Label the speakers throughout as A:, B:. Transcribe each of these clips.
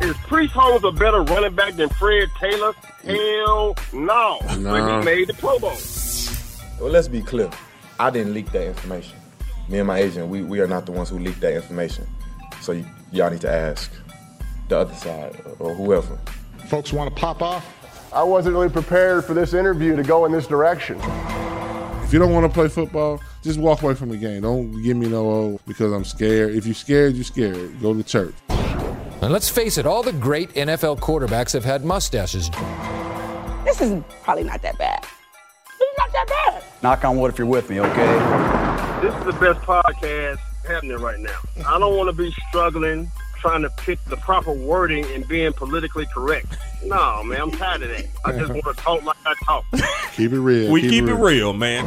A: is Priest Holmes a better running back than Fred Taylor? Hell no. But
B: No.
A: he made the Pro Bowl.
C: Well, let's be clear. I didn't leak that information. Me and my agent, we, we are not the ones who leaked that information. So y- y'all need to ask the other side or whoever.
D: Folks want to pop off?
E: I wasn't really prepared for this interview to go in this direction.
D: If you don't want to play football, just walk away from the game. Don't give me no oh because I'm scared. If you're scared, you're scared. Go to church.
F: And let's face it, all the great NFL quarterbacks have had mustaches.
G: This is probably not that bad. It's not that bad.
H: Knock on wood if you're with me, okay?
A: This is the best podcast happening right now. I don't want to be struggling trying to pick the proper wording and being politically correct. No, man, I'm tired of that. I just want to talk like I talk.
D: Keep it real.
I: We keep it real, man.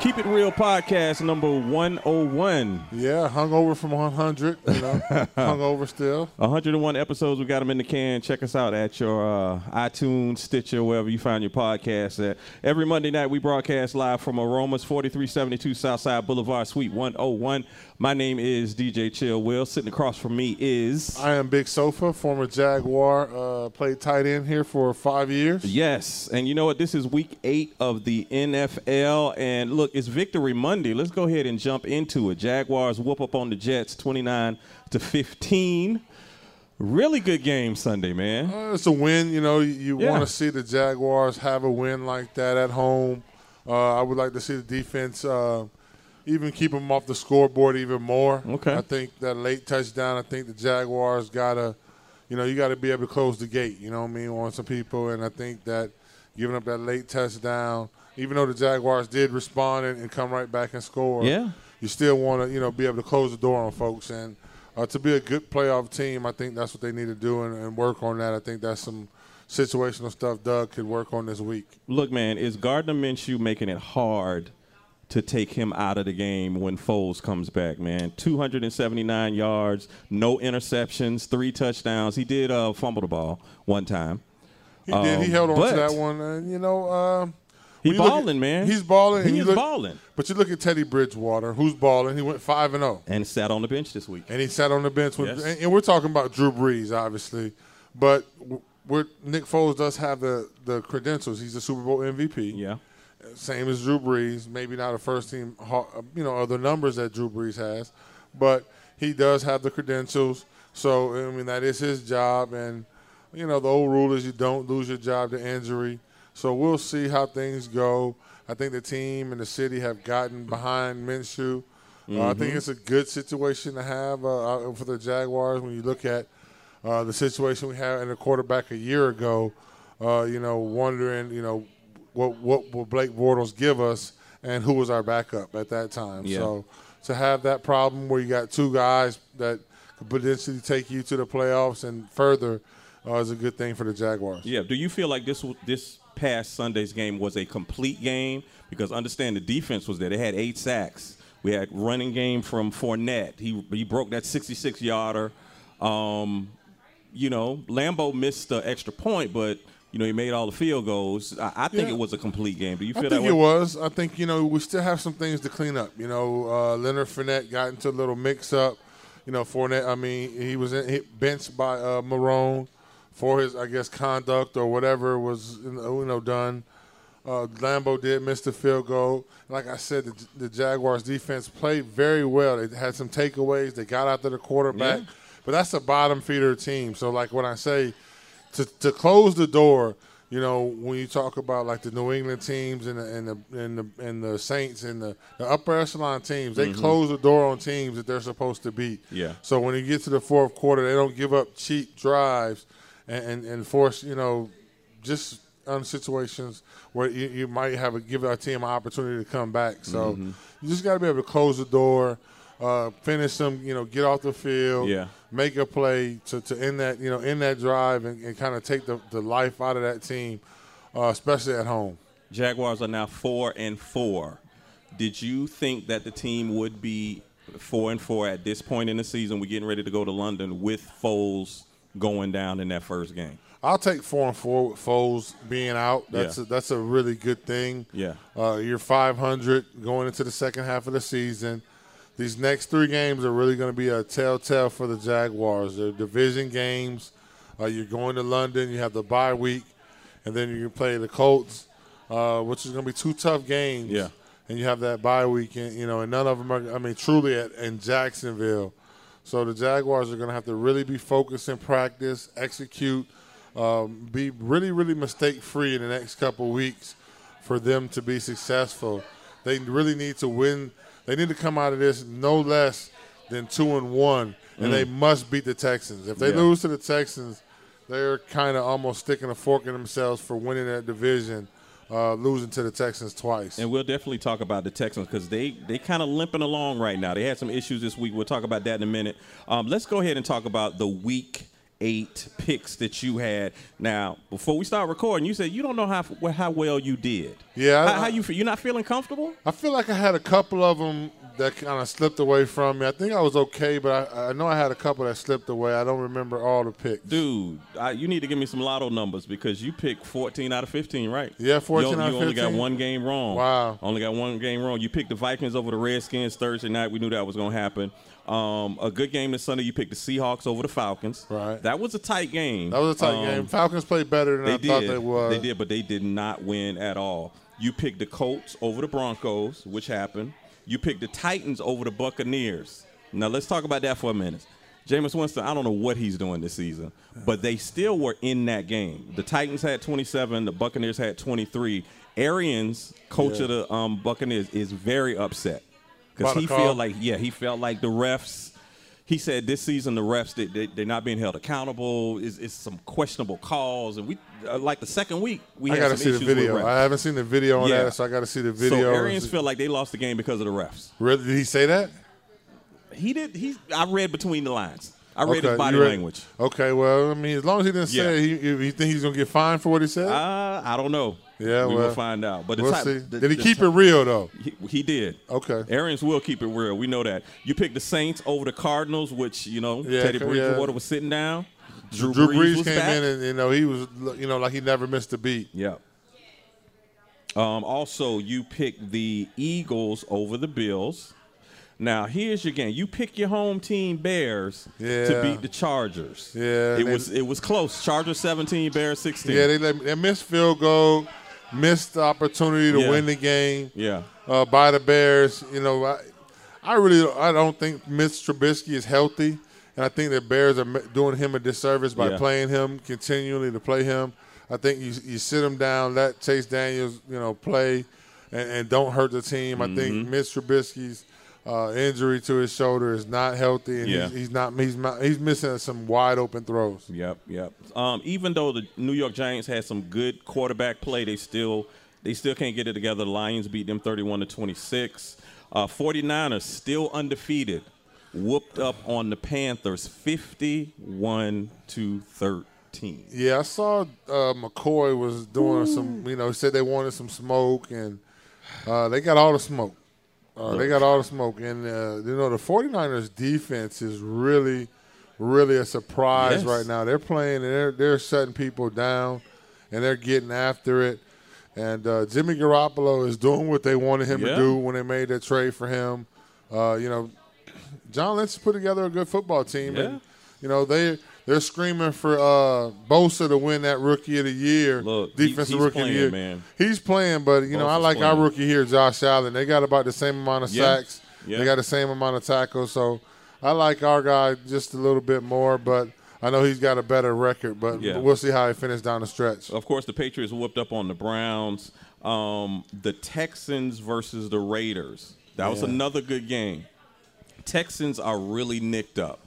I: Keep it real podcast number 101.
D: Yeah, hungover from 100. You know, hungover still.
I: 101 episodes. We got them in the can. Check us out at your uh, iTunes, Stitcher, wherever you find your podcast at. Every Monday night, we broadcast live from Aromas 4372 Southside Boulevard, Suite 101. My name is DJ Chill Will. Sitting across from me is.
D: I am Big Sofa, former Jaguar, uh, played tight end here for five years.
I: Yes, and you know what? This is week eight of the NFL, and look, it's Victory Monday. Let's go ahead and jump into it. Jaguars whoop up on the Jets, twenty-nine to fifteen. Really good game Sunday, man.
D: Uh, It's a win. You know, you, you
I: Yeah.
D: want to see the Jaguars have a win like that at home. Uh, I would like to see the defense uh, even keep them off the scoreboard even more.
I: Okay.
D: I think that late touchdown, I think the Jaguars got to, you know, you got to be able to close the gate, you know what I mean, on some people. And I think that giving up that late touchdown, even though the Jaguars did respond and, and come right back and score,
I: Yeah.
D: you still want to, you know, be able to close the door on folks. And uh, to be a good playoff team, I think that's what they need to do and, and work on that. I think that's some situational stuff Doug could work on this week.
I: Look, man, is Gardner Minshew making it hard to take him out of the game when Foles comes back, man? 279 yards, no interceptions, three touchdowns. He did uh, fumble the ball one time.
D: He did. He
I: Um,
D: held on
I: but-
D: to that one, and you know, um,
I: He
D: when you look at-
I: balling, man.
D: He's balling. and
I: He
D: you
I: is
D: look-
I: balling.
D: But you look at Teddy Bridgewater, who's balling. He went five and zero,
I: And sat on the bench this week.
D: and he sat on the bench with.
I: Yes.
D: And, and we're talking about Drew Brees, obviously, but w- we're, Nick Foles does have the the credentials. He's a Super Bowl MVP.
I: Yeah.
D: same as Drew Brees. Maybe not a first team, ha- you know, other numbers that Drew Brees has, but he does have the credentials. So I mean, that is his job, and you know, the old rule is you don't lose your job to injury. So we'll see how things go. I think the team and the city have gotten behind Minshew. Uh, I think it's a good situation to have uh, uh, for the Jaguars when you look at uh, the situation we had in a quarterback a year ago. Uh, you know, wondering, you know, what what will Blake Bortles give us, and who was our backup at that time.
I: Yeah.
D: So to have that problem where you got two guys that could potentially take you to the playoffs and further uh, is a good thing for the Jaguars.
I: Yeah. Do you feel like this this past Sunday's game was a complete game? Because understand the defense was there. They had eight sacks. We had running game from Fournette. He he broke that 66 yarder. Um, you know, Lambo missed the extra point, but you know he made all the field goals. I, I think
D: Yeah.
I: it was a complete game. Do you
D: I
I: feel
D: think
I: that
D: it
I: way?
D: was. I think you know we still have some things to clean up. You know, uh, Leonard Fournette got into a little mix-up. You know, Fournette. I mean, he was in, hit benched by uh, Marone for his, I guess, conduct or whatever was you know you know, done. Uh, Lambo did miss the field goal. Like I said, the, the Jaguars defense played very well. They had some takeaways. They got after the quarterback,
I: Yeah.
D: but that's a bottom feeder team. So, like when I say to, to close the door, you know, when you talk about like the New England teams and the and the and the, and the Saints and the, the upper echelon teams, they close the door on teams that they're supposed to beat.
I: Yeah.
D: So when you get to the fourth quarter, they don't give up cheap drives and and, and force you know just um, situations where you, you might have a give our team an opportunity to come back. So you just got to be able to close the door. Uh, finish them, you know, get off the field,
I: Yeah.
D: make a play to, to end that you know end that drive and, and kind of take the, the life out of that team, uh, especially at home.
I: Jaguars are now four and four. Did you think that the team would be four and four at this point in the season? We're getting ready to go to London with Foles going down in that first game.
D: I'll take four and four with Foles being out. That's
I: Yeah.
D: a, that's a really good thing.
I: Yeah.
D: uh, you're 500 going into the second half of the season. These next three games are really going to be a telltale for the Jaguars. They're division games. Uh, you're going to London. You have the bye week, and then you play the Colts, uh, which is going to be two tough games.
I: Yeah.
D: And you have that bye week, and you know, and none of them are. I mean, truly at, in Jacksonville. So the Jaguars are going to have to really be focused in practice, execute, um, be really, really mistake free in the next couple weeks for them to be successful. They really need to win. They need to come out of this no less than two and one, and they must beat the Texans. If they
I: Mm. Yeah.
D: lose to the Texans, they're kind of almost sticking a fork in themselves for winning that division, uh, losing to the Texans twice.
I: And we'll definitely talk about the Texans because they they kind of limping along right now. They had some issues this week. We'll talk about that in a minute. Um, let's go ahead and talk about the week eight picks that you had. Now, before we start recording, you said you don't know how how well you did.
D: Yeah, I-
I: How, how you feel? You're not feeling comfortable?
D: I feel like I had a couple of them that kind of slipped away from me. I think I was okay, but I, I know I had a couple that slipped away. I don't remember all the picks.
I: Dude, I, you need to give me some lotto numbers because you picked 14 out of 15, right?
D: Yeah, 14
I: you,
D: out of
I: You only got
D: 15.
I: one game wrong.
D: Wow.
I: Only got one game wrong. You picked the Vikings over the Redskins Thursday night. We knew that was going to happen. Um, a good game this Sunday. You picked the Seahawks over the Falcons.
D: Right.
I: That was a tight game.
D: that was a tight
I: Um,
D: game. Falcons played better than
I: They
D: I
I: did.
D: thought they would.
I: They did, but they did not win at all. You picked the Colts over the Broncos, which happened. You picked the Titans over the Buccaneers. Now let's talk about that for a minute. Jameis Winston, I don't know what he's doing this season, but they still were in that game. The Titans had 27, the Buccaneers had 23. Arians, coach of the um, Buccaneers, is very upset because
D: About a
I: he
D: call?
I: feel like yeah, he felt like the refs. He said this season the refs they, they, they're not being held accountable. It's, it's some questionable calls, and we uh, like the second week we
D: I
I: had
D: gotta
I: some
D: see the
I: issues with
D: video.
I: refs.
D: I haven't seen the video on
I: Yeah.
D: that, so I gotta see the video.
I: So Arians feel like they lost the game because of the refs.
D: really, did he say that?
I: He did. He I read between the lines. I read his
D: you
I: body
D: read-
I: language.
D: Okay, well, I mean, as long as he didn't
I: Yeah.
D: say it, he, you you think he's gonna get fined for what he said?
I: Uh, I don't know.
D: Yeah,
I: we will
D: well,
I: find out. But the
D: we'll
I: type-
D: see.
I: the-
D: did he
I: the
D: keep
I: type-
D: it real though?
I: He, he did.
D: Okay.
I: Arians will keep it real. We know that. You picked the Saints over the Cardinals, which you know
D: Yeah,
I: Teddy
D: yeah.
I: Bridgewater was sitting down. Drew,
D: Drew Brees
I: was
D: came
I: back.
D: in and you know he was you know like he never missed a beat.
I: Yeah. Um, also, you pick the Eagles over the Bills. Now, here's your game. You pick your home team Bears to
D: Yeah.
I: beat the Chargers.
D: Yeah, they-
I: It was it was close. Chargers 17, Bears 16.
D: Yeah, they let, they missed field goal, missed the opportunity to
I: Yeah.
D: win the game.
I: yeah.
D: uh, by the Bears. You know, I, I really I don't think Mitch Trubisky is healthy, and I think the Bears are m- doing him a disservice by
I: Yeah.
D: playing him continually to play him. I think you you sit him down, let Chase Daniels you know play, and, and don't hurt the team. I think
I: Mm-hmm.
D: Mitch Trubisky's. Uh, injury to his shoulder is not healthy, and
I: Yeah.
D: he's, he's not he's not, he's missing some wide open throws.
I: Yep, yep. Um, even though the New York Giants had some good quarterback play, they still they still can't get it together. The Lions beat them 31 to 26. Uh, 49ers still undefeated. Whooped up on the Panthers 51 to 13.
D: Yeah, I saw uh, McCoy was doing some.
I: Mm.
D: You know, said they wanted some smoke, and uh, they got all the smoke. Uh, they got all the smoke, and uh, you know the 49ers defense is really, really a surprise
I: Yes.
D: right now. They're playing, and they're they're shutting people down, and they're getting after it. And uh, Jimmy Garoppolo is doing what they wanted him
I: Yeah.
D: to do when they made that trade for him. Uh, you know, John Lynch put together a good football team,
I: Yeah.
D: and you know they they're screaming for uh, Bosa to win that Rookie of the Year,
I: Look, he-
D: defensive
I: he's
D: Rookie of
I: playing,
D: the Year.
I: man.
D: He's playing, but you know I
I: Bosa's
D: like our
I: playing.
D: rookie here, Josh Allen. They got about the same amount of
I: Yeah.
D: sacks.
I: Yeah.
D: They got the same amount of tackles. So I like our guy just a little bit more, but I know he's got a better record. But
I: Yeah. Oh,
D: we'll see how he finishes down the stretch.
I: Of course, the Patriots whooped up on the Browns. Um, the Texans versus the Raiders. That was another good game. Texans are really nicked up.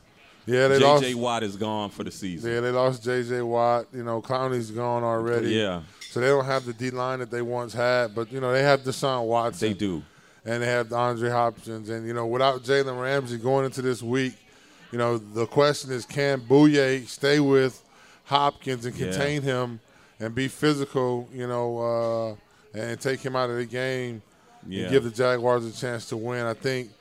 D: Yeah, they lost.
I: JJ Watt is gone for the season.
D: Yeah, they lost J.J. Watt. You know, Clowney's gone already.
I: Yeah.
D: So they don't have the D line that they once had, but you know they have Deshaun Watson.
I: They do.
D: and they have Andre Hopkins. And you know, without Jalen Ramsey going into this week, you know, the question is, can Bouye stay with Hopkins and contain him and be physical? You know, uh, and take him out of the game
I: Yeah.
D: and give the Jaguars a chance to win. I think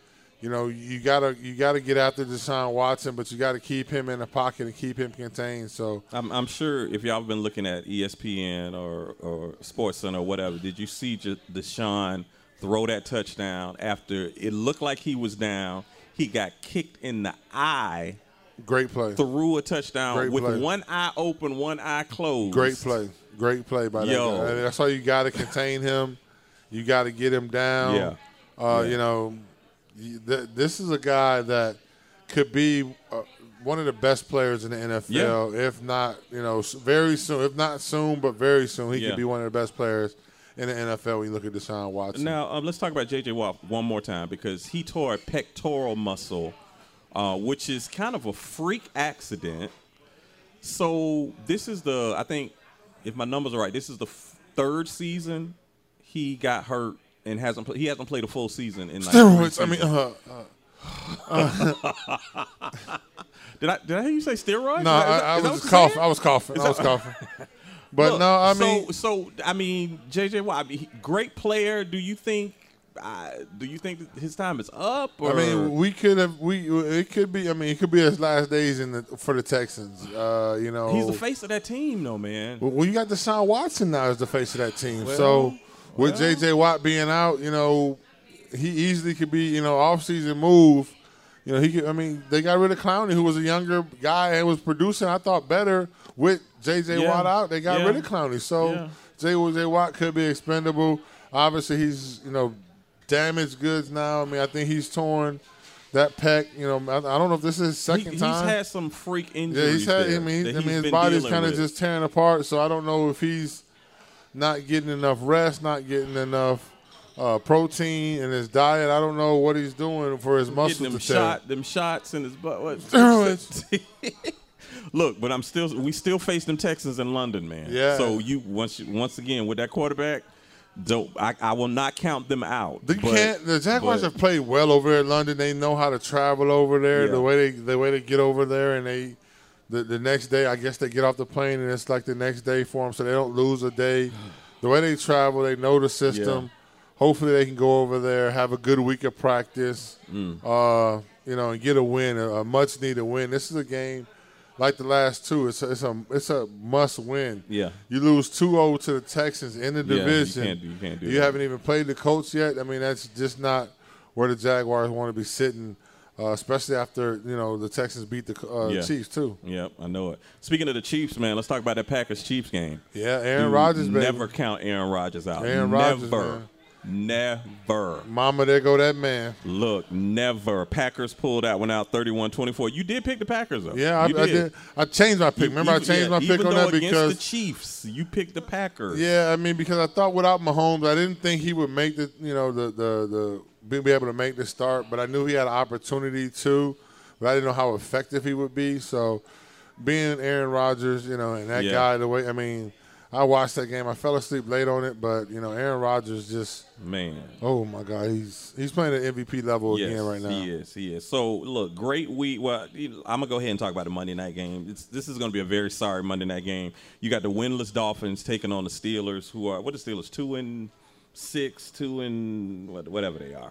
D: You know, you gotta you gotta get after Deshaun Watson, but you gotta keep him in the pocket and keep him contained. So
I: I'm, I'm sure if y'all been looking at E ESPN or, or Sports Center or whatever, did you see J- Deshaun throw that touchdown after it looked like he was down? He got kicked in the eye,
D: great play,
I: threw a touchdown
D: Great
I: with
D: play.
I: one eye open, one eye closed.
D: great play, great play by that
I: Yo.
D: guy. That's how you gotta contain him. You gotta get him down.
I: Yeah.
D: Uh, You know, you- th- this is a guy that could be uh, one of the best players in the NFL, if not, you know, s- very soon. If not soon, but very soon, he
I: Yeah.
D: could be one of the best players in the NFL when you look at Deshaun Watson.
I: Now um, let's talk about J.J. Watt one more time because he tore a pectoral muscle, uh, which is kind of a freak accident. So this is the I think, if my numbers are right, this is the f- third season he got hurt and hasn't pl- he hasn't played a full season in like three
D: steroids. I mean,
I: seasons.
D: uh,
I: did I did I hear you say steroids?
D: no,
I: Is that-
D: I,
I: is that
D: I
I: what
D: was
I: you
D: coughing.
I: said?
D: I was coughing. I was coughing. But
I: Look,
D: no, I mean,
I: so, so I mean, J.J. Watt, I mean, he- great player. Do you think? Uh, do you think that his time is up? Or?
D: I mean, we could have. We it could be. I mean, it could be his last days in the for the Texans. Uh, you know,
I: he's the face of that team, though, man.
D: Well, well, you got Deshaun Watson now as the face of that team. so with J.J. Watt being out, you know, he easily could be, you know, offseason move. You know, he could, I mean, they got rid of Clowney, who was a younger guy and was producing, I thought, better with J.J.
I: Yeah.
D: Watt out. They got
I: Yeah.
D: rid of Clowney. So
I: Yeah.
D: J.J. Watt could be expendable. Obviously, he's, you know, damaged goods now. I mean, I think he's torn that pec. You know, I, I don't know if this is his
I: He-
D: second
I: he's
D: time.
I: had some freak injuries.
D: Yeah, he's had.
I: there
D: I mean,
I: that
D: he's, I
I: he's
D: mean, his
I: been
D: body's
I: dealing
D: kind of
I: with.
D: just tearing apart. So I don't know if he's not getting enough rest, not getting enough uh, protein in his diet. I don't know what he's doing for his muscles
I: getting them
D: to tear.
I: shot, them shots in his butt. What?
D: Steroids.
I: Look, but I'm still. We still face them Texans in London, man.
D: Yeah.
I: So you once you- once again with that quarterback, do I, I will not count them out.
D: They
I: but-
D: can't. The Jaguars
I: but-
D: have played well over there in London. They know how to travel over there.
I: Yeah.
D: The way they the way they get over there, and they the, the next day, I guess they get off the plane, and it's like the next day for them, so they don't lose a day. The way they travel, they know the system.
I: Yeah.
D: Hopefully, they can go over there, have a good week of practice,
I: Mm.
D: uh, you know, and get a win, a, a much needed win. This is a game like the last two. It's a, it's a it's a must win.
I: Yeah.
D: you lose 2-0 to the Texans in the
I: Yeah, you
D: division.
I: can't do- you can't do
D: You
I: that.
D: haven't even played the Colts yet. I mean, that's just not where the Jaguars want to be sitting, uh, especially after you know the Texans beat the uh,
I: Yeah.
D: Chiefs too.
I: Yep, I know it. Speaking of the Chiefs, man, let's talk about that Packers Chiefs game.
D: Yeah, Aaron
I: Dude,
D: Rodgers, baby.
I: Never count Aaron Rodgers out.
D: Aaron Rodgers,
I: never, never.
D: Mama, there go that man.
I: Look, never. Packers pulled that one out 31-24. You did pick the Packers though.
D: Yeah, I,
I: You
D: I did. I changed my pick. Remember, I
I: Even-
D: changed
I: yeah,
D: my pick
I: even
D: on
I: though
D: that
I: against
D: because
I: the Chiefs, you picked the Packers.
D: Yeah, I mean because I thought without Mahomes, I didn't think he would make the you know the the the be able to make the start, but I knew he had an opportunity to, but I didn't know how effective he would be. So being Aaron Rodgers, you know, and that
I: Yeah.
D: guy the way I mean, I watched that game. I fell asleep late on it, but you know, Aaron Rodgers just
I: man.
D: oh my god, he's he's playing at MVP level
I: Yes,
D: again right now.
I: he is. He is. So look, great week. Well, I'm gonna go ahead and talk about the Monday night game. It's, this is gonna be a very sorry Monday night game. You got the winless Dolphins taking on the Steelers, who are what the Steelers two and six, two and what- whatever they are.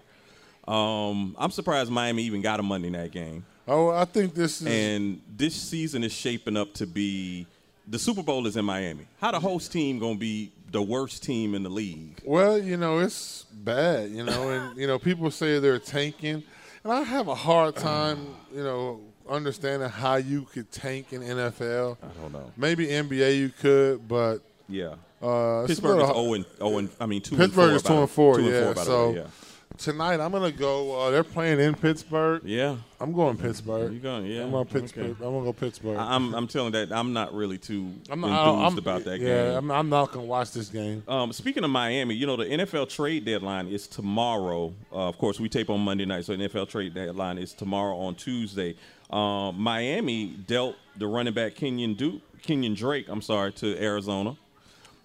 I: Um, I'm surprised Miami even got a Monday night game.
D: Oh, I think this is
I: and this season is shaping up to be the Super Bowl is in Miami. How the host team gonna be the worst team in the league?
D: Well, you know, it's bad, you know, and you know, people say they're tanking, and I have a hard time, you know, understanding how you could tank in NFL. I
I: don't know.
D: Maybe NBA you could, but
I: Yeah,
D: uh, it's a
I: Pittsburgh is
D: little-
I: zero and zero and I mean two.
D: Pittsburgh
I: and
D: is
I: four
D: two
I: by
D: and four,
I: the- two
D: yeah.
I: and four by the
D: so
I: way, yeah.
D: tonight I'm gonna go. Uh, they're playing in Pittsburgh.
I: Yeah.
D: I'm going Pittsburgh.
I: You going, yeah,
D: I'm going
I: okay.
D: Pittsburgh. I'm gonna go Pittsburgh.
I: I- I'm I'm telling that I'm not really too
D: I don't-
I: enthused about that
D: yeah,
I: game.
D: I'm, I'm not gonna watch this game.
I: um, speaking of Miami, you know the NFL trade deadline is tomorrow. Uh, of course, we tape on Monday night, so NFL trade deadline is tomorrow on Tuesday. Um, Miami dealt the running back Kenyon Duke, Kenyon Drake, I'm sorry, to Arizona.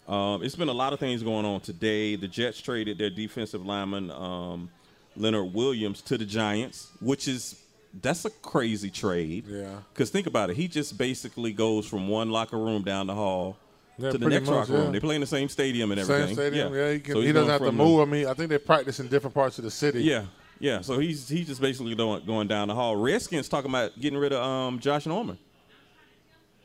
I: Um, it's been a lot of things going on today. The Jets traded their defensive lineman um, Leonard Williams to the Giants, which is that's a crazy trade.
D: Yeah.
I: Because think about it, he just basically goes from one locker room down the hall
D: Yeah,
I: to the
D: pretty
I: next
D: much,
I: locker
D: yeah.
I: room. They play in the same stadium and everything.
D: Same stadium. Yeah, he, can,
I: So he's
D: he doesn't
I: going
D: have to
I: from
D: move. I mean, I think they practice in different parts of the city.
I: The, yeah. Yeah, so he's he's just basically going going down the hall. Redskins talking about getting rid of um, Josh Norman.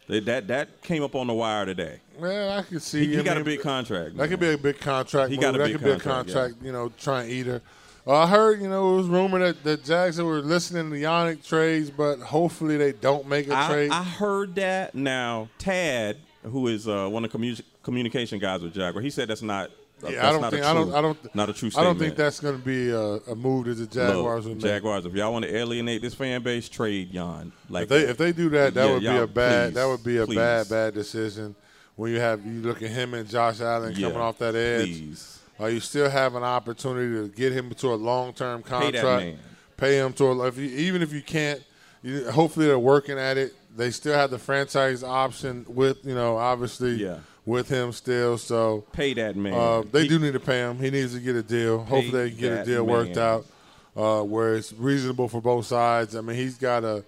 I: They, that that came up on the wire today.
D: Man, I could see.
I: He, he
D: I
I: got a
D: mean,
I: big contract.
D: That could be a big contract.
I: He
D: move.
I: got a
D: that
I: big
D: could be a
I: contract, yeah.
D: contract. You know, trying to eat her. Uh, I heard, you know, it was rumored that the Jags were listening to Yannick trades, but hopefully they don't make a
I: I,
D: trade.
I: I heard that. Now Tad, who is uh, one of the commu- communication guys with Jaguar, he said that's not. that's
D: yeah, I don't
I: not
D: think
I: A
D: I
I: true,
D: don't I don't
I: Not a true.
D: I
I: Statement.
D: don't think that's going to be a, a move that the Jaguars
I: Look,
D: would make.
I: Jaguars. If y'all want to alienate this fan base, trade Yon. Like
D: If they if they do that, that
I: Yeah,
D: would be
I: y'all,
D: a bad that
I: please,
D: would be a
I: please.
D: bad bad decision. When you have you look at him and Josh Allen
I: Yeah,
D: coming off that edge,
I: please.
D: Uh, you still have an opportunity to get him to a long term contract.
I: that man.
D: Pay him to a, if you, even if you can't. You, hopefully they're working at it. They still have the franchise option with you know obviously
I: Yeah.
D: with him still. So
I: pay that man.
D: uh, they
I: He-
D: do need to pay him. He needs to get a deal. Hopefully, they can get a
I: that
D: deal worked
I: man.
D: out uh, where it's reasonable for both sides. I mean, he's got to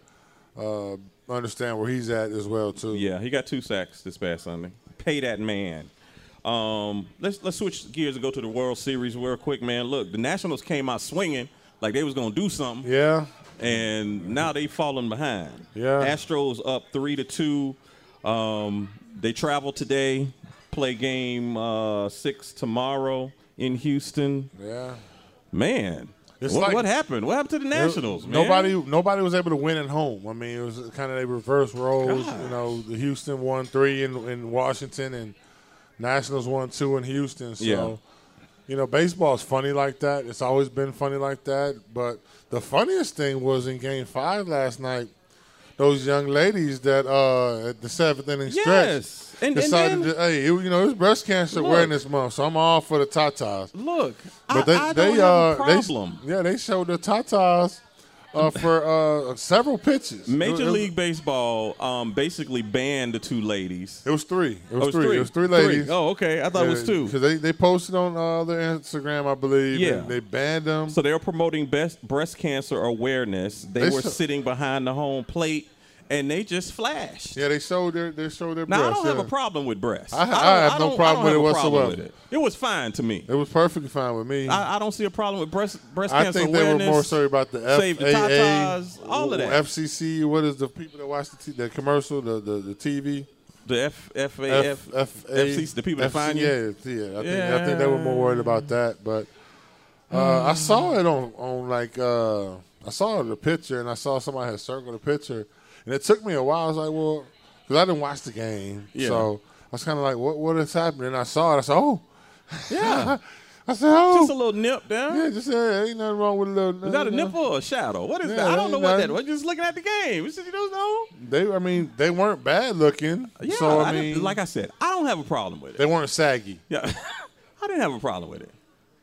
D: uh, understand where he's at as well too.
I: Yeah, he got two sacks this past Sunday. Pay that man. Um, let's let's switch gears and go to the World Series real quick, man. Look, the Nationals came out swinging like they was gonna do something,
D: Yeah.
I: and now they falling behind.
D: Yeah.
I: Astros up three to two. Um, they travel today, play game uh, six tomorrow in Houston.
D: Yeah.
I: Man,
D: It's
I: what,
D: like-
I: what happened? What happened to the Nationals? man?
D: Nobody, nobody was able to win at home. I mean, it was kind of a reverse roles. You know, the Houston won three in, in Washington, and Nationals won two in Houston. So,
I: Yeah.
D: you know, baseball's funny like that. It's always been funny like that. But the funniest thing was in Game Five last night. Those young ladies that uh, at the seventh inning
I: Yes.
D: stretch
I: And- and
D: decided
I: then-
D: to hey, it, you know, it's breast cancer
I: Look.
D: awareness month, so I'm all for the tatas.
I: Look, I,
D: But they,
I: I
D: they
I: don't have a
D: uh,
I: problem.
D: They, yeah, they showed the tatas uh, for uh, several pitches.
I: Major
D: It was-
I: League Baseball um, basically banned the two ladies.
D: It was three. It was,
I: Oh, it's
D: three. It was three ladies.
I: Oh, okay. I thought it was two.
D: Because they, they posted on uh, their Instagram, I believe.
I: Yeah.
D: and they banned them.
I: So they were promoting best breast cancer awareness. They,
D: They
I: were
D: should-
I: sitting behind the home plate, and they just flashed.
D: yeah, they showed their they showed their
I: Now I
D: breasts.
I: don't
D: yeah.
I: have a problem with breasts.
D: I- I
I: don't-
D: have no
I: don't-
D: problem
I: I don't
D: with
I: have
D: it
I: a problem
D: whatsoever.
I: with it. It was fine to me.
D: It was perfectly fine with me.
I: I, I don't see a problem with breast breast
D: I
I: cancer
D: think they
I: awareness.
D: were more sorry about the FAA,
I: Save the tatas, all of that.
D: FCC. What is the people that watch the t- the commercial, the the, the TV?
I: the F F A F F C the people that find you.
D: Yeah, yeah. I think I think they were more worried about that. But uh,
I: Hmm.
D: I saw it on on like uh, I saw the picture and I saw somebody had circled a picture, and it took me a while. I was like, well, because I didn't watch the game,
I: Yeah.
D: so I was kind of like, what what is happening? And I saw it. I said, oh,
I: Yeah.
D: I said, oh,
I: Just a little nip down.
D: Uh-huh. yeah, just uh, ain't nothing wrong with a little.
I: Is that a nipple or a shadow? What is
D: Yeah,
I: that? I don't know what
D: that-
I: that. We're just looking at the game. It's just, you don't know.
D: They, I mean, they weren't bad looking.
I: Yeah,
D: so I,
I: I
D: mean,
I: didn't- like I said, I don't have a problem with it.
D: they weren't saggy.
I: Yeah, I didn't have a problem with it.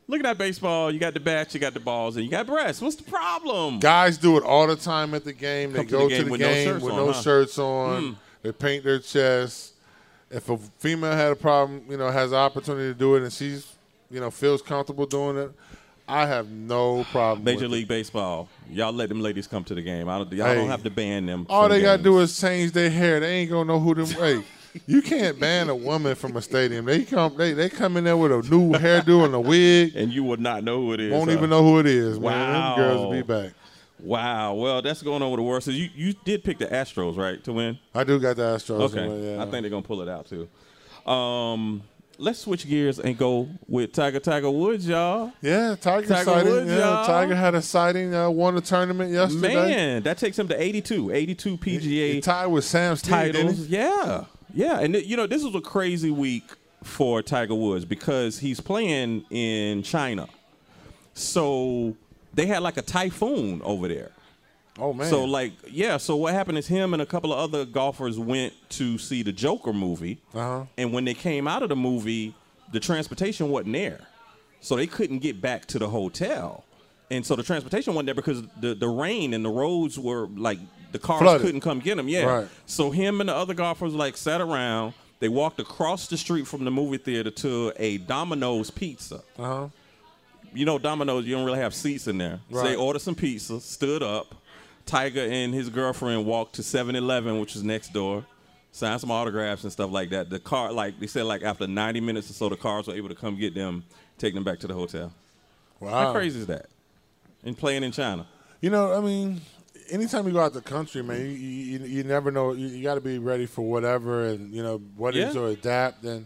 I: Looking at baseball, you got the bats, you got the balls, and you got breasts. What's the problem?
D: Guys do it all the time at the game. They
I: Come to
D: go to
I: the game
D: the
I: with no
D: game
I: shirts
D: with
I: on,
D: no
I: huh? Hmm.
D: shirts on. They paint their chest. If a female had a problem, you know, has the opportunity to do it, and she's, you know, feels comfortable doing it, I have no problem.
I: Major
D: with it.
I: League Baseball, y'all let them ladies come to the game. I don't, y'all
D: Hey.
I: don't have to ban them.
D: All
I: from
D: they gotta
I: games.
D: do is change their hair. They ain't gonna know who them. hey, you can't ban a woman from a stadium. They come, they they come in there with a new hairdo and a wig.
I: and you would not know who it is. uh,
D: Won't
I: huh?
D: even know who it is. Man, them
I: Wow.
D: girls will be back.
I: Wow. Well, that's going on with the World Series. You you did pick the Astros right to win.
D: I do got the Astros.
I: Okay.
D: in there, yeah.
I: I think they're gonna pull it out too. Um, let's switch gears and go with Tiger Tiger Woods, y'all.
D: Yeah, Tiger
I: Tiger
D: sighting.
I: Woods,
D: yeah,
I: y'all.
D: Tiger had a sighting. Uh, won the tournament yesterday.
I: Man, that takes him to 82, 82 PGA
D: He tied with Sam Snead,
I: titles.
D: didn't he?
I: Yeah, yeah, and th- you know this was a crazy week for Tiger Woods because he's playing in China, so they had like a typhoon over there.
D: Oh man.
I: So like yeah, so what happened is him and a couple of other golfers went to see the Joker movie,
D: Uh-huh.
I: and when they came out of the movie, the transportation wasn't there, so they couldn't get back to the hotel, and so the transportation wasn't there because the the rain and the roads were like the cars
D: Flooded.
I: couldn't come get him. Yeah,
D: Right.
I: so him and the other golfers like sat around. They walked across the street from the movie theater to a Domino's Pizza
D: uh-huh.
I: you know, Domino's, you don't really have seats in there. So they
D: Right.
I: ordered some pizza, stood up. Tiger and his girlfriend walked to 7 Eleven, which is next door, signed some autographs and stuff like that. The car, like, they said, like, after 90 minutes or so, the cars were able to come get them, take them back to the hotel.
D: Wow.
I: How crazy is that? and playing in China.
D: You know, I mean, anytime you go out the country, man, you you, you- you never know. You, you got to be ready for whatever, and you know what is
I: Yeah.
D: or adapt. And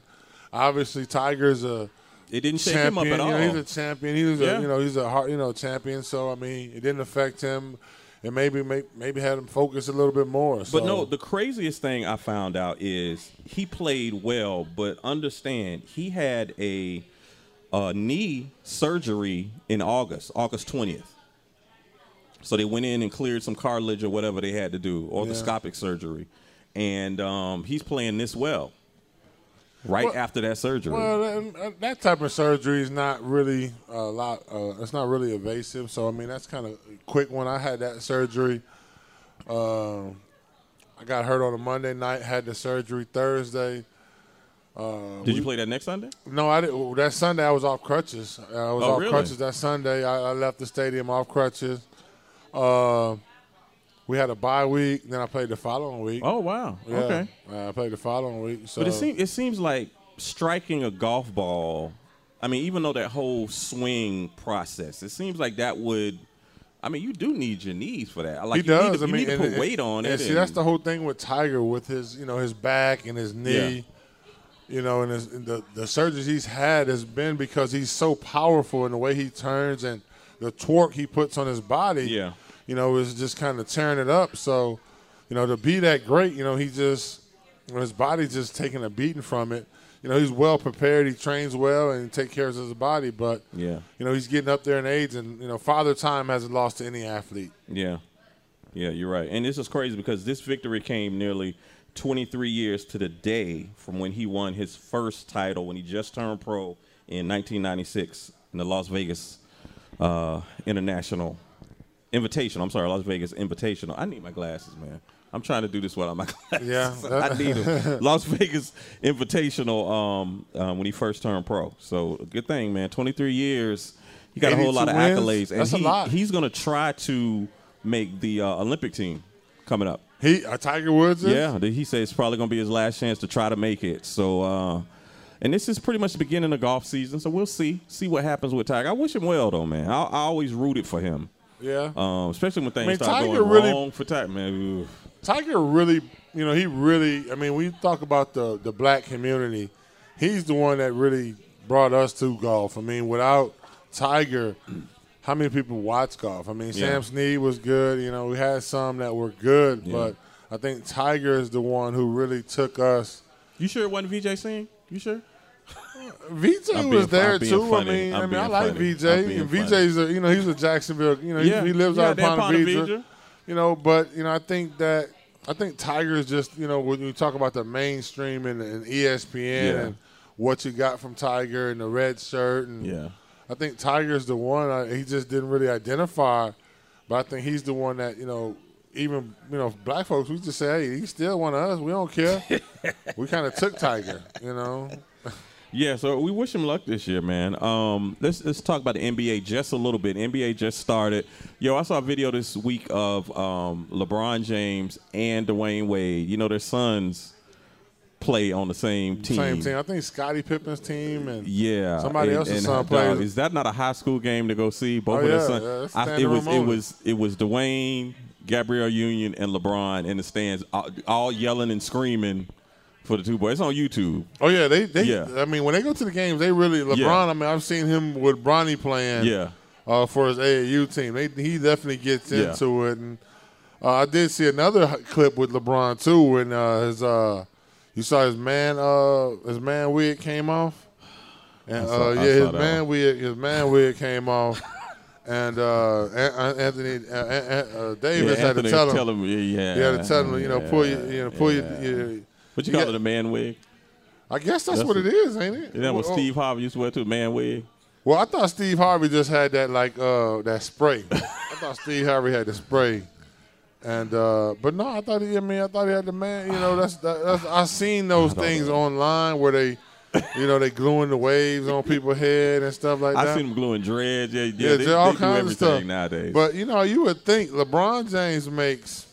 D: obviously, Tiger's a
I: It didn't shake him up
D: champion.
I: at all.
D: You know, he's a champion. He was
I: Yeah.
D: a you know he's a hard, you know champion. So I mean, it didn't affect him, and maybe may- maybe had him focus a little bit more.
I: But no, the craziest thing I found out is he played well, but understand he had a, a knee surgery in August, August 20th. So they went in and cleared some cartilage or whatever they had to do, orthoscopic surgery. And um, he's playing this well right
D: Well-
I: after that surgery.
D: Well, that, that type of surgery is not really a lot. Uh, it's not really evasive. So I mean, that's kind of a quick one. I had that surgery. Um I got hurt on a Monday night. Had the surgery Thursday.
I: Did you play that next Sunday?
D: No, I didn't. well, That Sunday I was off crutches. Uh, I was
I: Oh,
D: off
I: really?
D: crutches that Sunday. I, I left the stadium off crutches. Uh, we had a bye week. Then I played the following week.
I: Oh, wow.
D: Yeah,
I: Okay.
D: uh, I played the following week. So
I: But it seems it seems like striking a golf ball. I mean, even though that whole swing process, it seems like that would. I mean, you do need your knees for that. Like
D: he does.
I: You need to,
D: I
I: you
D: mean,
I: need to
D: and-
I: put
D: and-
I: weight on
D: and
I: it.
D: see, that's the whole thing with Tiger, with his you know his back and his knee, you know, and, his, and the the surgeries he's had has been because he's so powerful in the way he turns and the torque he puts on his body.
I: Yeah.
D: you know, is just kind of tearing it up. So, you know, to be that great, you know, he just you know, his body's just taking a beating from it. You know, he's well prepared. He trains well and take care of his body, but
I: Yeah.
D: you know, he's getting up there in age, and you know, father time hasn't lost to any athlete.
I: yeah, yeah, you're right. And this is crazy because this victory came nearly 23 years to the day from when he won his first title when he just turned pro in 1996 in the Las Vegas uh, International Invitational. I'm sorry, Las Vegas Invitational. I need my glasses, man. I'm trying to do this without my glasses.
D: Yeah.
I: I need them. Las Vegas Invitational um, um, when he first turned pro. So good thing, man. 23 years. He got a whole lot of
D: 82
I: accolades,
D: wins?
I: and
D: That's a
I: he,
D: lot.
I: he's gonna try to make the uh, Olympic team coming up.
D: He uh, Tiger Woods. Is?
I: Yeah, th- he says it's probably gonna be his last chance to try to make it. So, uh, and this is pretty much the beginning of golf season. So we'll see see what happens with Tiger. I wish him well though, man. I, I always rooted for him,
D: yeah.
I: um, especially when things
D: mean,
I: start
D: Tiger
I: going
D: really-
I: wrong for Tiger. Man, Oof.
D: Tiger really, you know, he really. I mean, we talk about the the black community. He's the one that really brought us to golf. I mean, without Tiger, how many people watch golf? I mean,
I: Yeah.
D: Sam Snead was good. You know, we had some that were good, but I think Tiger is the one who really took us.
I: you sure it wasn't VJ Singh? You sure?
D: VJ
I: I'm being-
D: was there
I: I'm being
D: too. I
I: funny.
D: mean,
I: I'm
D: I mean,
I: being
D: I like
I: funny. I'm
D: VJ.
I: being
D: And VJ's, a, you know, he's a Jacksonville. You know, he-
I: Yeah.
D: he lives
I: Yeah,
D: out of
I: down
D: Palm,
I: Ponte
D: Beach.
I: Vedra.
D: You know, but you know, I think that I think Tiger is just you know when you talk about the mainstream and, and E ESPN
I: Yeah.
D: and what you got from Tiger and the red shirt and
I: Yeah.
D: I think Tiger's the one. I, he just didn't really identify, but I think he's the one that you know. Even you know, black folks, we just say, "Hey, he's still one of us. We don't care." we kind of took Tiger, you know.
I: Yeah, so we wish him luck this year, man. Um, let's let's talk about the NBA just a little bit. NBA just started. Yo, I saw a video this week of um, LeBron James and Dwayne Wade. You know, their sons play on the same team.
D: Same team. I think Scottie Pippen's team and
I: Yeah,
D: somebody
I: and-
D: else's
I: and,
D: son
I: dog,
D: plays.
I: Is that not a high school game to go see? Both
D: Oh,
I: of their
D: yeah,
I: son.
D: yeah, it's
I: I- it
D: standing
I: was it
D: room only.
I: was it was Dwayne, Gabrielle Union, and LeBron in the stands, all, all yelling and screaming for the two boys. It's on YouTube.
D: oh yeah, they they.
I: Yeah.
D: I mean, when they go to the games, they really LeBron.
I: Yeah.
D: I mean, I've seen him with Bronny playing.
I: Yeah.
D: Uh, for his AAU team, they, he definitely gets
I: Yeah.
D: into it. And uh, I did see another h- clip with LeBron too when uh, his uh, you saw his man uh his man wig came off. And
I: saw-
D: uh,
I: I
D: yeah,
I: saw
D: his
I: that
D: man wig his man wig came off. And uh, An- An- Anthony uh, An- uh, Davis had to
I: Anthony,
D: tell him.
I: yeah, yeah,
D: You had to tell them, you know, pull your, you know, pull
I: yeah.
D: your, your.
I: What
D: you
I: you call
D: got-
I: it, a man wig?
D: I guess that's,
I: That's
D: what
I: it.
D: it is, ain't it?
I: Isn't that what
D: Well, oh.
I: Steve Harvey used to wear too, a man wig?
D: Well, I thought Steve Harvey just had that like uh that spray. I thought Steve Harvey had the spray, and uh but no, I thought he. I mean, I thought he had the man. You know, that's that, that's. I seen those things online where they, you know, they gluing the waves on people's head and stuff like that.
I: I seen him gluing dreads. Yeah, yeah,
D: Yeah,
I: they,
D: there all
I: they do
D: kinds
I: everything
D: of stuff
I: nowadays.
D: But you know, you would think LeBron James makes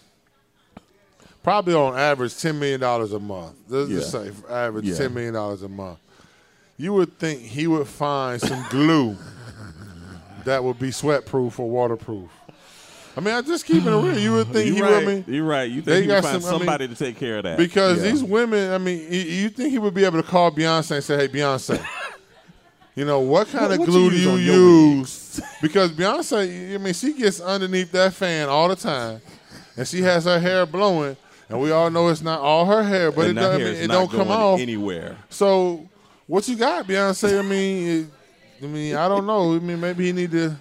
D: probably on average ten million dollars a month. Let's just
I: Yeah.
D: say average
I: Yeah.
D: ten million dollars a month. You would think he would find some glue that would be sweat proof or waterproof. I mean, I just keep it real. You would think
I: you
D: he
I: right.
D: would me
I: You're right. You
D: They
I: think you
D: got
I: find
D: some- I mean,
I: somebody to take care of that?
D: because these women. I mean, y- you think he would be able to call Beyonce and say, "Hey, Beyonce." You know what kind
I: What-
D: of
I: what
D: glue
I: you
D: do
I: use
D: you
I: on your
D: use? because Beyonce, I mean, she gets underneath that fan all the time, and she has her hair blowing, and we all know it's not all her hair, but
I: and
D: it,
I: that
D: does, I
I: hair
D: mean,
I: is
D: it
I: not
D: don't come
I: going
D: off.
I: anywhere.
D: So, what you got, Beyonce? I mean, it, I mean, I don't know. I mean, maybe he need to,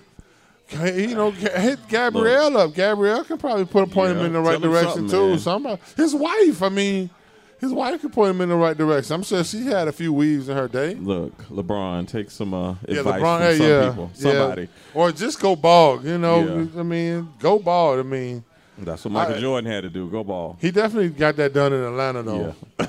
D: you know, ga- hit Gabrielle up. Gabrielle can probably put point him
I: Yeah,
D: in the right
I: tell him
D: direction
I: something,
D: too.
I: man.
D: Somebody, his wife. I mean, his wife could point him in the right direction. I'm sure she had a few weaves in her day.
I: Look, LeBron, take some uh,
D: Yeah, LeBron.
I: advice from
D: Hey,
I: some
D: yeah,
I: people,
D: yeah.
I: somebody.
D: or just go bald. You know,
I: Yeah.
D: I mean, go bald. I mean,
I: That's what Michael
D: I-
I: Jordan had to do. Go ball.
D: he definitely got that done in Atlanta though.
I: Yeah.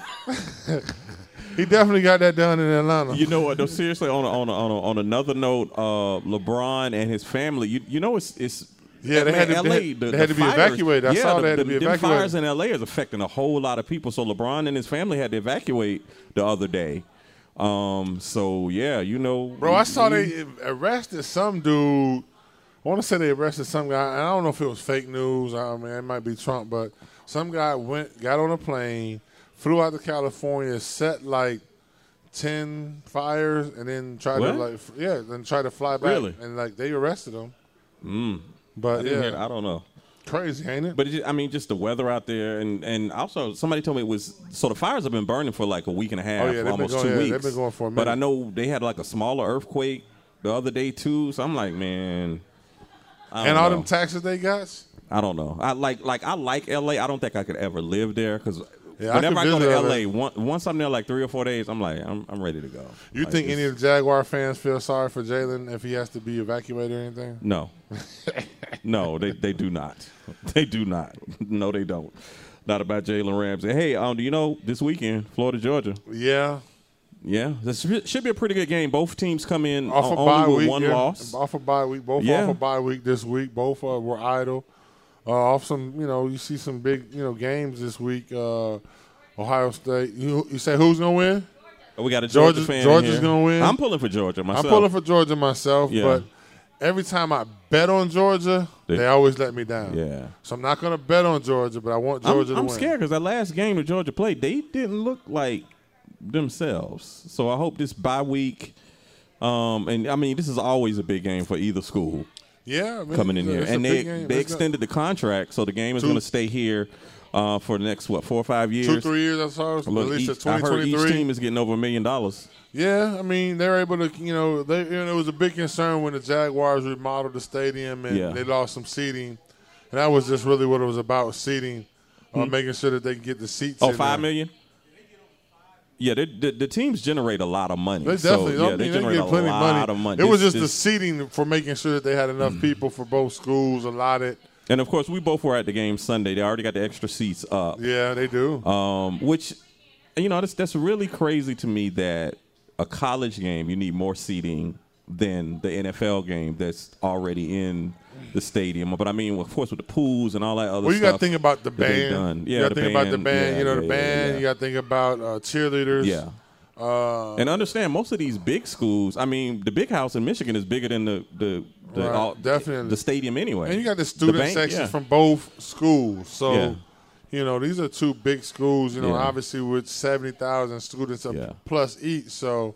D: He definitely got that done in Atlanta.
I: You know what? No, seriously. On a, on a, on, a, on another note, uh, LeBron and his family. You you know it's it's.
D: Yeah, they had to- they
I: LA,
D: had-
I: the-
D: they had
I: the
D: to be evacuated. I
I: yeah,
D: saw
I: the,
D: they had to
I: the,
D: be
I: them
D: evacuated.
I: fires in LA is affecting a whole lot of people. So LeBron and his family had to evacuate the other day. Um, so yeah, you know,
D: Bro, I saw
I: we-
D: they arrested some dude. I want to say they arrested some guy. and I don't know if it was fake news. I mean, it might be Trump, but some guy went, got on a plane, flew out to California, set like ten fires, and then tried
I: What?
D: to like, f- yeah, then tried to fly back.
I: Really?
D: And like they arrested him. Mm.
I: I
D: But
I: didn't
D: yeah,
I: hear- I don't know.
D: crazy, ain't it?
I: But it ju- I mean, just the weather out there, and and also somebody told me it was so the fires have been burning for like a week and a half,
D: Oh, yeah, they've been
I: almost
D: going-
I: two
D: yeah, they've
I: weeks.
D: been going for a
I: But I
D: minute.
I: know they had like a smaller earthquake the other day too. So I'm like, man, I don't
D: and all
I: know.
D: them taxes they got.
I: I don't know. I like like I like LA. I don't think I could ever live there because
D: Yeah, I
I: whenever I,
D: could
I: go to
D: visit
I: LA,
D: LA.
I: one, once I'm there like three or four days, I'm like, I'm I'm ready to go.
D: You
I: Like,
D: think any
I: it's-
D: of the Jaguar fans feel sorry for Jalen if he has to be evacuated or anything?
I: No. no, they, they do not. They do not. No, they don't. Not about Jalen Ramsey. Hey, um, do you know this weekend, Florida, Georgia?
D: Yeah,
I: Yeah, this should should be a pretty good game. Both teams come in
D: off
I: o-
D: a
I: only
D: bye
I: with
D: week,
I: one
D: yeah.
I: loss.
D: Off a bye week, both
I: Yeah.
D: off a bye week this week. Both uh, were idle. Uh, off some, you know, you see some big, you know, games this week. Uh, Ohio State. You, you say who's gonna win?
I: We got a Georgia
D: Georgia-
I: fan. in
D: Georgia's
I: here.
D: gonna win.
I: I'm pulling for Georgia myself.
D: I'm pulling for Georgia myself,
I: Yeah.
D: but every time I bet on Georgia, they,
I: They-
D: always let me down.
I: Yeah.
D: So I'm not gonna bet on Georgia, but I want
I: I'm,
D: Georgia
I: I'm
D: to win.
I: scared because that last game that Georgia played, they didn't look like themselves. So I hope this bye week. Um, and I mean, this is always a big game for either school.
D: Yeah, I mean,
I: coming
D: it's
I: in
D: a-
I: here,
D: it's a
I: and
D: big
I: they
D: game.
I: they
D: It's not-
I: extended the contract, so the game is going to stay here uh, for the next what four or five years.
D: two, three years. I saw it was
I: Look,
D: released in
I: each, I heard each
D: 2023.
I: team is getting over a million dollars.
D: Yeah, I mean they're able to, you know, they and it was a big concern when the Jaguars remodeled the stadium and
I: Yeah.
D: they lost some seating, and that was just really what it was about seating, uh, making sure that they can get the seats.
I: Hmm. Oh,
D: in
I: five
D: there.
I: million. Yeah, they, the, the teams generate a lot of money.
D: They
I: so,
D: definitely,
I: yeah,
D: I mean,
I: they
D: they,
I: generate
D: get
I: a
D: plenty of
I: lot
D: money.
I: of money.
D: It was
I: This- Hmm.
D: just the
I: this-
D: seating for making sure that they had enough people for both schools allotted.
I: and of course we both were at the game Sunday. They already got the extra seats up.
D: Yeah, they do.
I: Um, which, you know, that's that's really crazy to me that a college game you need more seating than the NFL game that's already in the stadium. But I mean, of course, with the pools and all that other
D: well, you got to
I: stuff.
D: think about the
I: that they've
D: band.
I: done.
D: you
I: Yeah,
D: got to
I: the
D: think
I: band,
D: about the band.
I: yeah,
D: you know,
I: yeah,
D: the
I: yeah,
D: band.
I: yeah.
D: You uh, got to think about uh, cheerleaders.
I: Yeah. and understand most of these big schools. I mean, the big house in Michigan is bigger than the the, the
D: Right,
I: all-
D: definitely.
I: the stadium anyway.
D: And you got the student
I: bank,
D: sections
I: yeah.
D: from both schools. So,
I: Yeah.
D: you know, these are two big schools, you know,
I: Yeah.
D: obviously with 70,000 students up
I: Yeah.
D: plus each. So,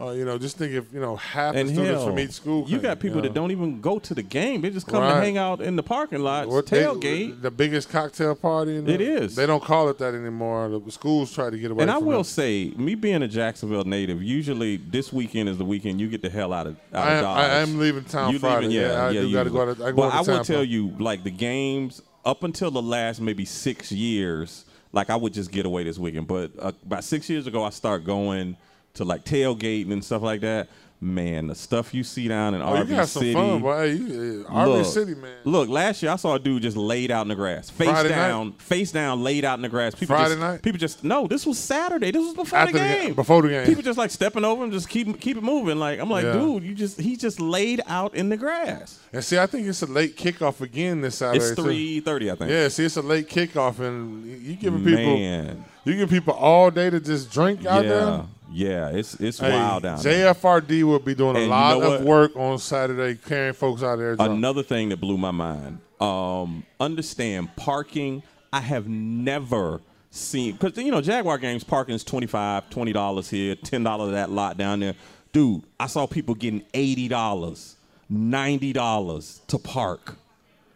D: uh, you know, just think if, you know, half
I: and
D: the students
I: hell,
D: from each school.
I: you
D: came,
I: got people
D: know.
I: that don't even go to the game; they just come to
D: Right.
I: hang out in the parking lot,
D: Or they-
I: tailgate.
D: The biggest cocktail party. In the,
I: It is.
D: They don't call it that anymore. The schools try to get away
I: And I
D: from
I: will
D: it.
I: say, me being a Jacksonville native, usually this weekend is the weekend you get the hell out of out
D: I
I: of
D: am- I
I: Dodge.
D: am leaving town
I: You
D: Friday. Yeah, I do
I: you-
D: gotta go out of- I go out
I: but
D: of
I: I
D: town
I: will tell
D: Friday.
I: you, like the games up until the last maybe six years, like I would just get away this weekend. But uh, about six years ago, I start going to like tailgating and stuff like that. Man, the stuff you see down in
D: Oh, you
I: RV
D: can have some
I: City.
D: fun, boy. Hey, you, uh, RV
I: Look,
D: City, man.
I: Look, last year I saw a dude just laid out in the grass, face
D: Friday night?
I: down, face down, laid out in the grass. People
D: Friday
I: just,
D: night?
I: People just no. This was Saturday. This was before
D: After
I: the
D: the ga-
I: game.
D: before the game.
I: People just like stepping over him, just keep keep it moving. Like I'm like,
D: Yeah.
I: dude, you just he just laid out in the grass.
D: And see, I think it's a late kickoff again this Saturday.
I: it's
D: too.
I: three thirty, I think.
D: Yeah, see, it's a late kickoff, and you giving people
I: Man.
D: you give people all day to just drink out
I: Yeah.
D: there.
I: Yeah, it's it's
D: Hey,
I: wild down there.
D: JFRD will be doing
I: And
D: a
I: you
D: lot
I: know
D: of
I: what?
D: work on Saturday, carrying folks out of there.
I: Another thing that blew my mind. Um, understand parking. I have never seen because you know Jaguar games parking is 25 twenty dollars here, ten dollars that lot down there. Dude, I saw people getting eighty dollars, ninety dollars to park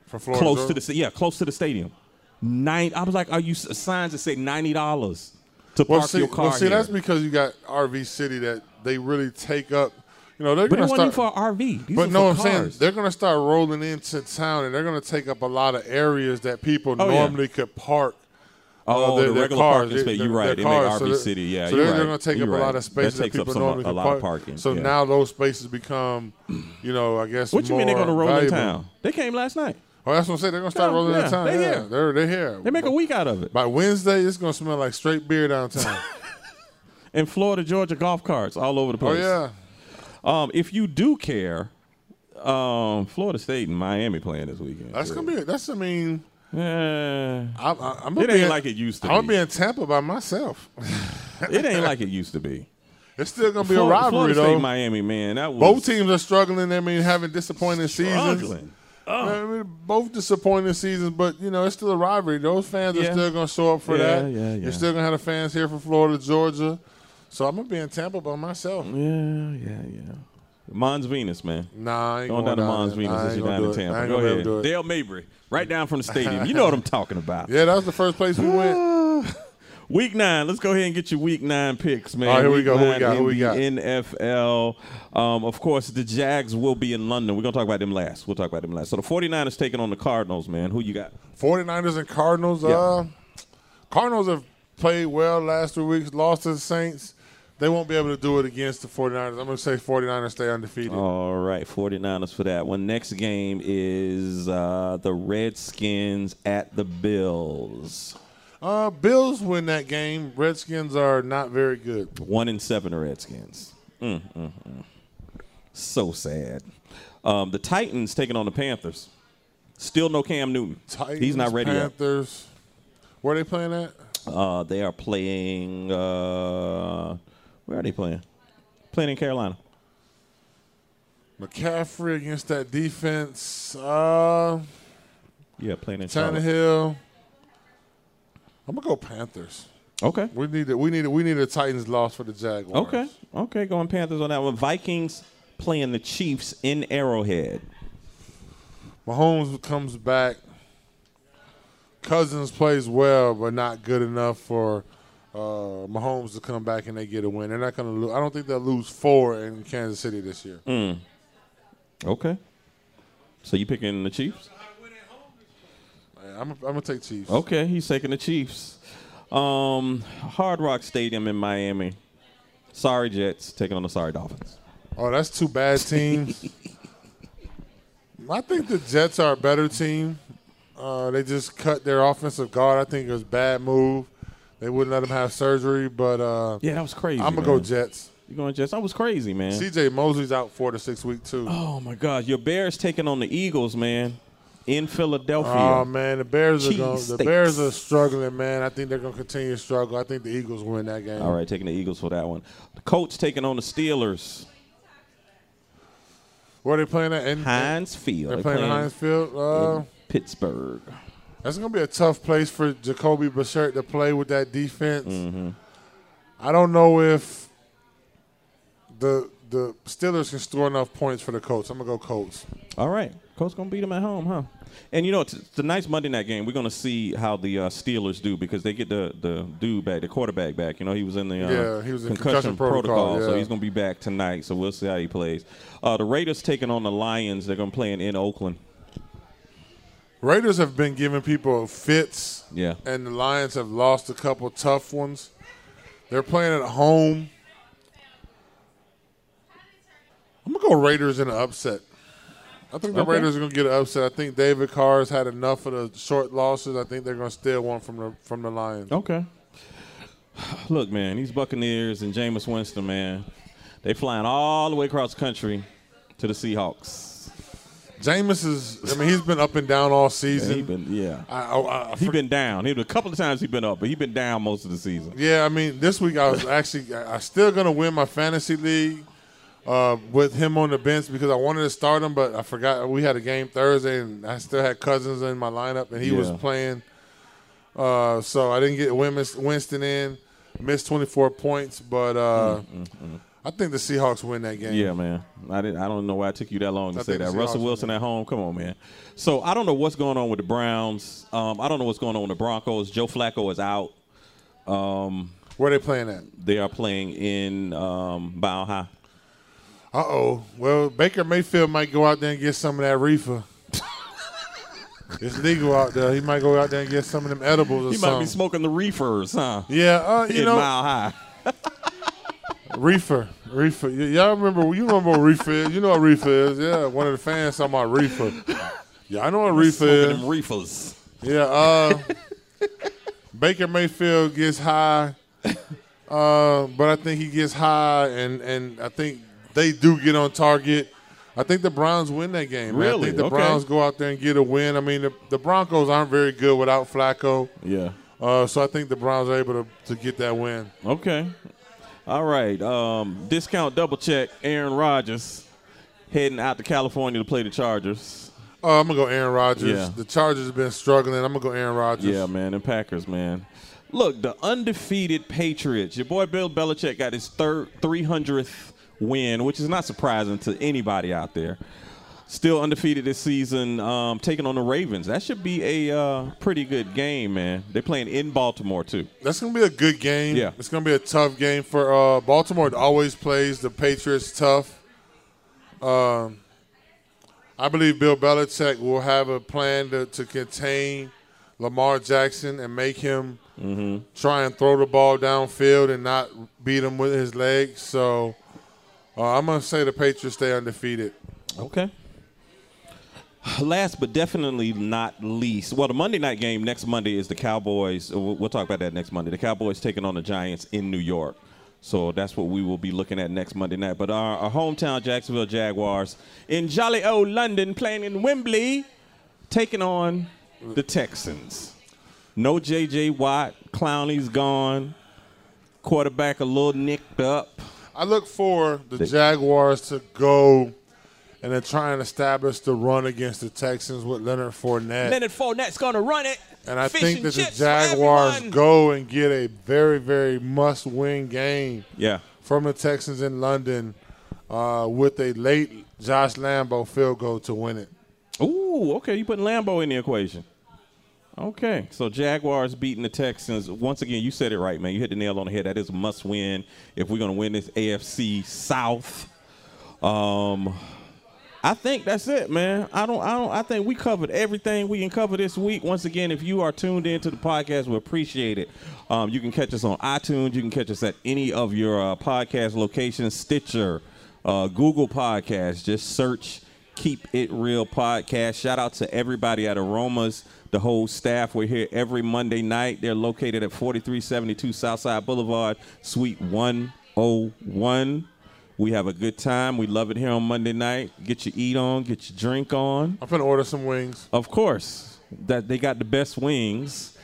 D: from Florida,
I: close to the sta- yeah close to the stadium. Nine. I was like, are you s- signs that say ninety dollars to
D: Well,
I: park
D: see,
I: your car
D: well, see
I: here?
D: that's because you got RV City that they really take up. You know, they're
I: but it
D: gonna
I: wasn't even
D: start.
I: for an RV. These
D: but
I: are
D: no, I'm
I: for
D: saying
I: cars.
D: they're gonna start rolling into town, and they're gonna take up a lot of areas that people
I: Oh, yeah.
D: normally could park. uh,
I: Oh,
D: their,
I: the
D: their
I: regular
D: cars,
I: parking
D: their-
I: space.
D: their-
I: You're right.
D: their
I: They make
D: cars. So
I: RV
D: they're-
I: City.
D: so
I: Yeah, you're
D: they're,
I: right.
D: they're going to take
I: You're
D: up
I: right.
D: a lot of spaces that,
I: takes up
D: people
I: some- uh,
D: normally
I: a
D: could
I: lot
D: park.
I: of parking,
D: So
I: yeah.
D: now those spaces become, you know, I guess.
I: What you mean they're
D: going
I: gonna
D: to
I: roll in town? They came last night.
D: Oh, that's what I'm saying. They're going to start
I: No,
D: rolling in
I: yeah,
D: town.
I: they
D: yeah,
I: here.
D: they're they're here.
I: They make a week out of it.
D: By Wednesday, it's going to smell like straight beer downtown.
I: In Florida, Georgia, golf carts all over the
D: oh
I: place.
D: yeah.
I: Um, if you do care, um, Florida State and Miami playing this weekend.
D: That's gonna be. That's. I mean,
I: Yeah.
D: I, I, I'm. gonna
I: It ain't
D: be in-
I: like it used to
D: I'm gonna
I: be.
D: be in Tampa by myself.
I: it ain't like it used to be.
D: It's still gonna be
I: Florida,
D: a rivalry
I: Florida State,
D: though.
I: Miami, man. That was
D: Both teams are struggling. I mean, having disappointing seasons.
I: struggling.
D: I mean, both disappointing seasons, but you know it's still a rivalry. Those fans
I: Yeah.
D: are still gonna show up for
I: Yeah,
D: that.
I: yeah, yeah.
D: You're still gonna have the fans here from Florida, Georgia. So I'm gonna be in Tampa by myself.
I: Yeah, yeah, yeah. Mons Venus, man.
D: Nah, I ain't
I: Going down to
D: there.
I: Mons Venus
D: I
I: as
D: ain't
I: you're
D: gonna
I: down
D: do
I: in
D: it. I
I: Tampa.
D: ain't
I: Go
D: gonna be able to
I: ahead.
D: do it.
I: Dale Mabry, right down from the stadium. You know what I'm talking about.
D: Yeah, that was the first place we went.
I: Week nine. Let's go ahead and get your week nine picks, man.
D: All right, here we
I: Week
D: go. Who we
I: nine
D: got?
I: in
D: Who we
I: the
D: got?
I: NFL. Um, of course, the Jags will be in London. We're going to talk about them last. We'll talk about them last. So the 49ers taking on the Cardinals, man. Who you got?
D: 49ers and Cardinals. Uh, Cardinals have played well last two weeks, lost to the Saints. They won't be able to do it against the 49ers. I'm going to say 49ers stay undefeated.
I: All right, 49ers for that one. Next game is uh, the Redskins at the Bills.
D: Uh, Bills win that game. Redskins are not very good.
I: One in seven are Redskins. Mm, mm, mm. So sad. Um, the Titans taking on the Panthers. Still no Cam Newton.
D: Titans,
I: He's not ready yet.
D: Panthers. Where are they playing at?
I: Uh, they are playing. Uh, where are they playing? Playing in Carolina.
D: McCaffrey against that defense. Uh,
I: Yeah, playing in Charlotte.
D: Tannehill. I'm gonna go Panthers.
I: Okay.
D: We need to, we need to, we need a Titans loss for the Jaguars.
I: Okay. Okay. Going Panthers on that one. Vikings playing the Chiefs in Arrowhead.
D: Mahomes comes back. Cousins plays well, but not good enough for uh, Mahomes to come back and they get a win. They're not going to lose. I don't think they'll lose four in Kansas City this year.
I: Mm. Okay. So you picking the Chiefs?
D: I'm, I'm going to take Chiefs.
I: Okay, he's taking the Chiefs. Um, Hard Rock Stadium in Miami. Sorry Jets taking on the sorry Dolphins.
D: Oh, that's two bad teams. I think the Jets are a better team. Uh, they just cut their offensive guard. I think it was a bad move. They wouldn't let him have surgery, but uh,
I: Yeah, that was crazy.
D: I'm going to
I: man.
D: go Jets.
I: You going Jets? That was crazy, man.
D: CJ Mosley's out four to six week, too.
I: oh my God, your Bears taking on the Eagles, man, in Philadelphia.
D: Oh man, the Bears are
I: Cheese
D: going, the
I: steaks.
D: Bears are struggling, man. I think they're going to continue to struggle. I think the Eagles win that game.
I: All right, taking the Eagles for that one. The Colts taking on the Steelers.
D: Where are they playing at? In,
I: Heinz Field.
D: they're playing, at Heinz Field. Uh,
I: Pittsburgh.
D: that's going to be a tough place for Jacoby Brissett to play with that defense. I don't know if the the Steelers can score enough points for the Colts. I'm going to go Colts.
I: All right, Colts gonna beat them at home, huh? And you know, t- tonight's Monday night game, we're gonna see how the uh, Steelers do because they get the the dude back, the quarterback back. You know, he was in the uh,
D: Yeah, he was in concussion protocol,
I: so
D: yeah.
I: he's gonna be back tonight. So we'll see how he plays. Uh, the Raiders taking on the Lions. They're gonna play in, in Oakland.
D: Raiders have been giving people fits.
I: Yeah.
D: And the Lions have lost a couple tough ones. They're playing at home. I'm gonna go Raiders in an upset. I think the
I: Okay.
D: Raiders are gonna get an upset. I think David Carr's had enough of the short losses. I think they're gonna steal one from the from the Lions.
I: Okay. Look, man, these Buccaneers and Jameis Winston, man, they flying all the way across the country to the Seahawks.
D: Jameis is. I mean, he's been up and down all
I: He
D: season.
I: been yeah.
D: I, I, I
I: He been down. He a couple of times he been up, but he been down most of the season.
D: Yeah, I mean, this week I was actually I I still gonna win my fantasy league uh, with him on the bench because I wanted to start him, but I forgot we had a game Thursday and I still had Cousins in my lineup and he was
I: Yeah.
D: playing, uh, so I didn't get Win- Winston in, missed twenty four points, but uh, I think the Seahawks win that game.
I: Yeah, man. I didn't. I don't know why it took you that long to
D: I
I: say
D: think
I: that.
D: the
I: Russell
D: Seahawks are
I: Wilson at home. Come on, man. So I don't know what's going on with the Browns. Um, I don't know what's going on with the Broncos. Joe Flacco is out.
D: Where they playing at?
I: They are playing in um, Bow High.
D: Uh oh. Well, Baker Mayfield might go out there and get some of that reefer. it's legal out there. He might go out there and get some of them edibles or
I: He might
D: something.
I: be smoking the reefers, huh?
D: Yeah, uh, you
I: in
D: know,
I: Mile High.
D: reefer, reefer. Y- y'all remember? You remember what reefer? Is. You know what reefer is? Yeah, one of the fans talking about reefer. Yeah, I know what reefer
I: Smoking
D: is.
I: them reefers.
D: Yeah, uh, Baker Mayfield gets high, uh, but I think he gets high, and and I think they do get on target. I think the Browns win that game. man. I
I: Really?
D: think the
I: Okay.
D: Browns go out there and get a win. I mean, the, the Broncos aren't very good without Flacco,
I: Yeah.
D: uh, so I think the Browns are able to, to get that win.
I: Okay. All right. Um, discount double check. Aaron Rodgers heading out to California to play the Chargers.
D: Oh, I'm gonna go Aaron Rodgers.
I: Yeah.
D: The Chargers have been struggling. I'm gonna go Aaron Rodgers.
I: Yeah, man, and Packers, man. Look, the undefeated Patriots. Your boy Bill Belichick got his third 300th win, which is not surprising to anybody out there. Still undefeated this season, um, taking on the Ravens. That should be a uh, pretty good game, man. They're playing in Baltimore too.
D: That's gonna be a good game.
I: Yeah.
D: It's gonna be a tough game for uh, Baltimore. It always plays the Patriots tough. Um, I believe Bill Belichick will have a plan to, to contain Lamar Jackson and make him
I: Mm-hmm.
D: try and throw the ball downfield and not beat him with his legs. So uh, I'm gonna say the Patriots stay undefeated.
I: Okay. Last but definitely not least, well, the Monday night game next Monday is the Cowboys. We'll we'll talk about that next Monday. The Cowboys taking on the Giants in New York. So that's what we will be looking at next Monday night. But our, our hometown Jacksonville Jaguars in jolly old London playing in Wembley, taking on the Texans. No J.J. Watt. Clowney's gone. Quarterback a little nicked up.
D: I look for the Jaguars to go and then try and establish the run against the Texans with Leonard Fournette.
I: Leonard Fournette's going to run it.
D: and I
I: Fish
D: think
I: and
D: that the
I: chips for
D: Jaguars
I: everyone.
D: go and get a very, very must win game
I: Yeah.
D: from the Texans in London uh, with a late Josh Lambo field goal to win it.
I: Ooh, okay. You putting Lambo in the equation. Okay. So Jaguars beating the Texans. Once again, you said it right, man. You hit the nail on the head. That is a must win if we're gonna win this AFC South. Um I think that's it, man. I don't I don't I think we covered everything we can cover this week. Once again, if you are tuned into the podcast, we appreciate it. Um, you can catch us on iTunes, you can catch us at any of your uh, podcast locations, Stitcher, uh, Google Podcasts. Just search Keep It Real Podcast. Shout out to everybody at Aromas, the whole staff. We're here every Monday night. They're located at 4372 Southside Boulevard, Suite 101. We have a good time. We love it here on Monday night. Get your eat on, get your drink on.
D: I'm going to order some wings.
I: Of course, that they got the best wings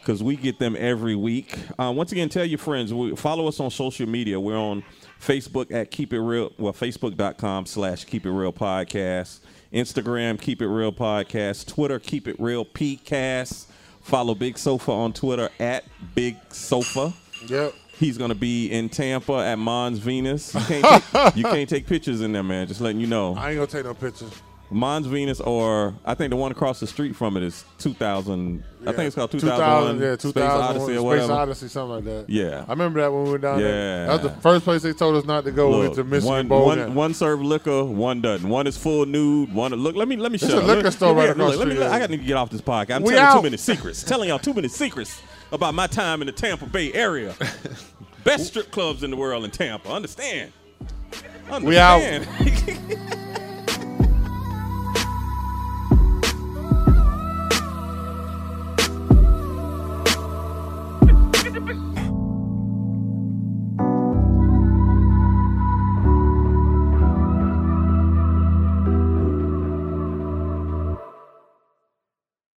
I: because we get them every week. Uh, once again, tell your friends. We, follow us on social media. We're on Facebook at Keep It Real. Well, Facebook.com slash Keep It Real Podcast. Instagram, Keep It Real Podcast. Twitter, Keep It Real PCast. Follow Big Sofa on Twitter at Big Sofa.
D: Yep.
I: He's gonna be in Tampa at Mons Venus. You can't, take, you can't take pictures in there, man. Just letting you know.
D: I ain't going to take no pictures.
I: Mons Venus, or I think the one across the street from it is 2000. I think it's called 2001.
D: 2000, yeah, 2001,
I: Space Odyssey or
D: Space
I: whatever.
D: Odyssey, something like that.
I: Yeah.
D: I remember that when we were down
I: Yeah.
D: there. That was the first place they told us not to go
I: Look,
D: into Michigan
I: one,
D: Bowl.
I: one,
D: game.
I: one serve liquor, one doesn't. One is full nude. One look. Let me let me show.
D: a liquor store right across
I: Let me.
D: the street.
I: I got to get off this podcast. I'm
D: We
I: telling
D: out.
I: too many secrets. telling y'all too many secrets about my time in the Tampa Bay area. Best strip clubs in the world in Tampa. Understand?
D: We out.
I: Understand.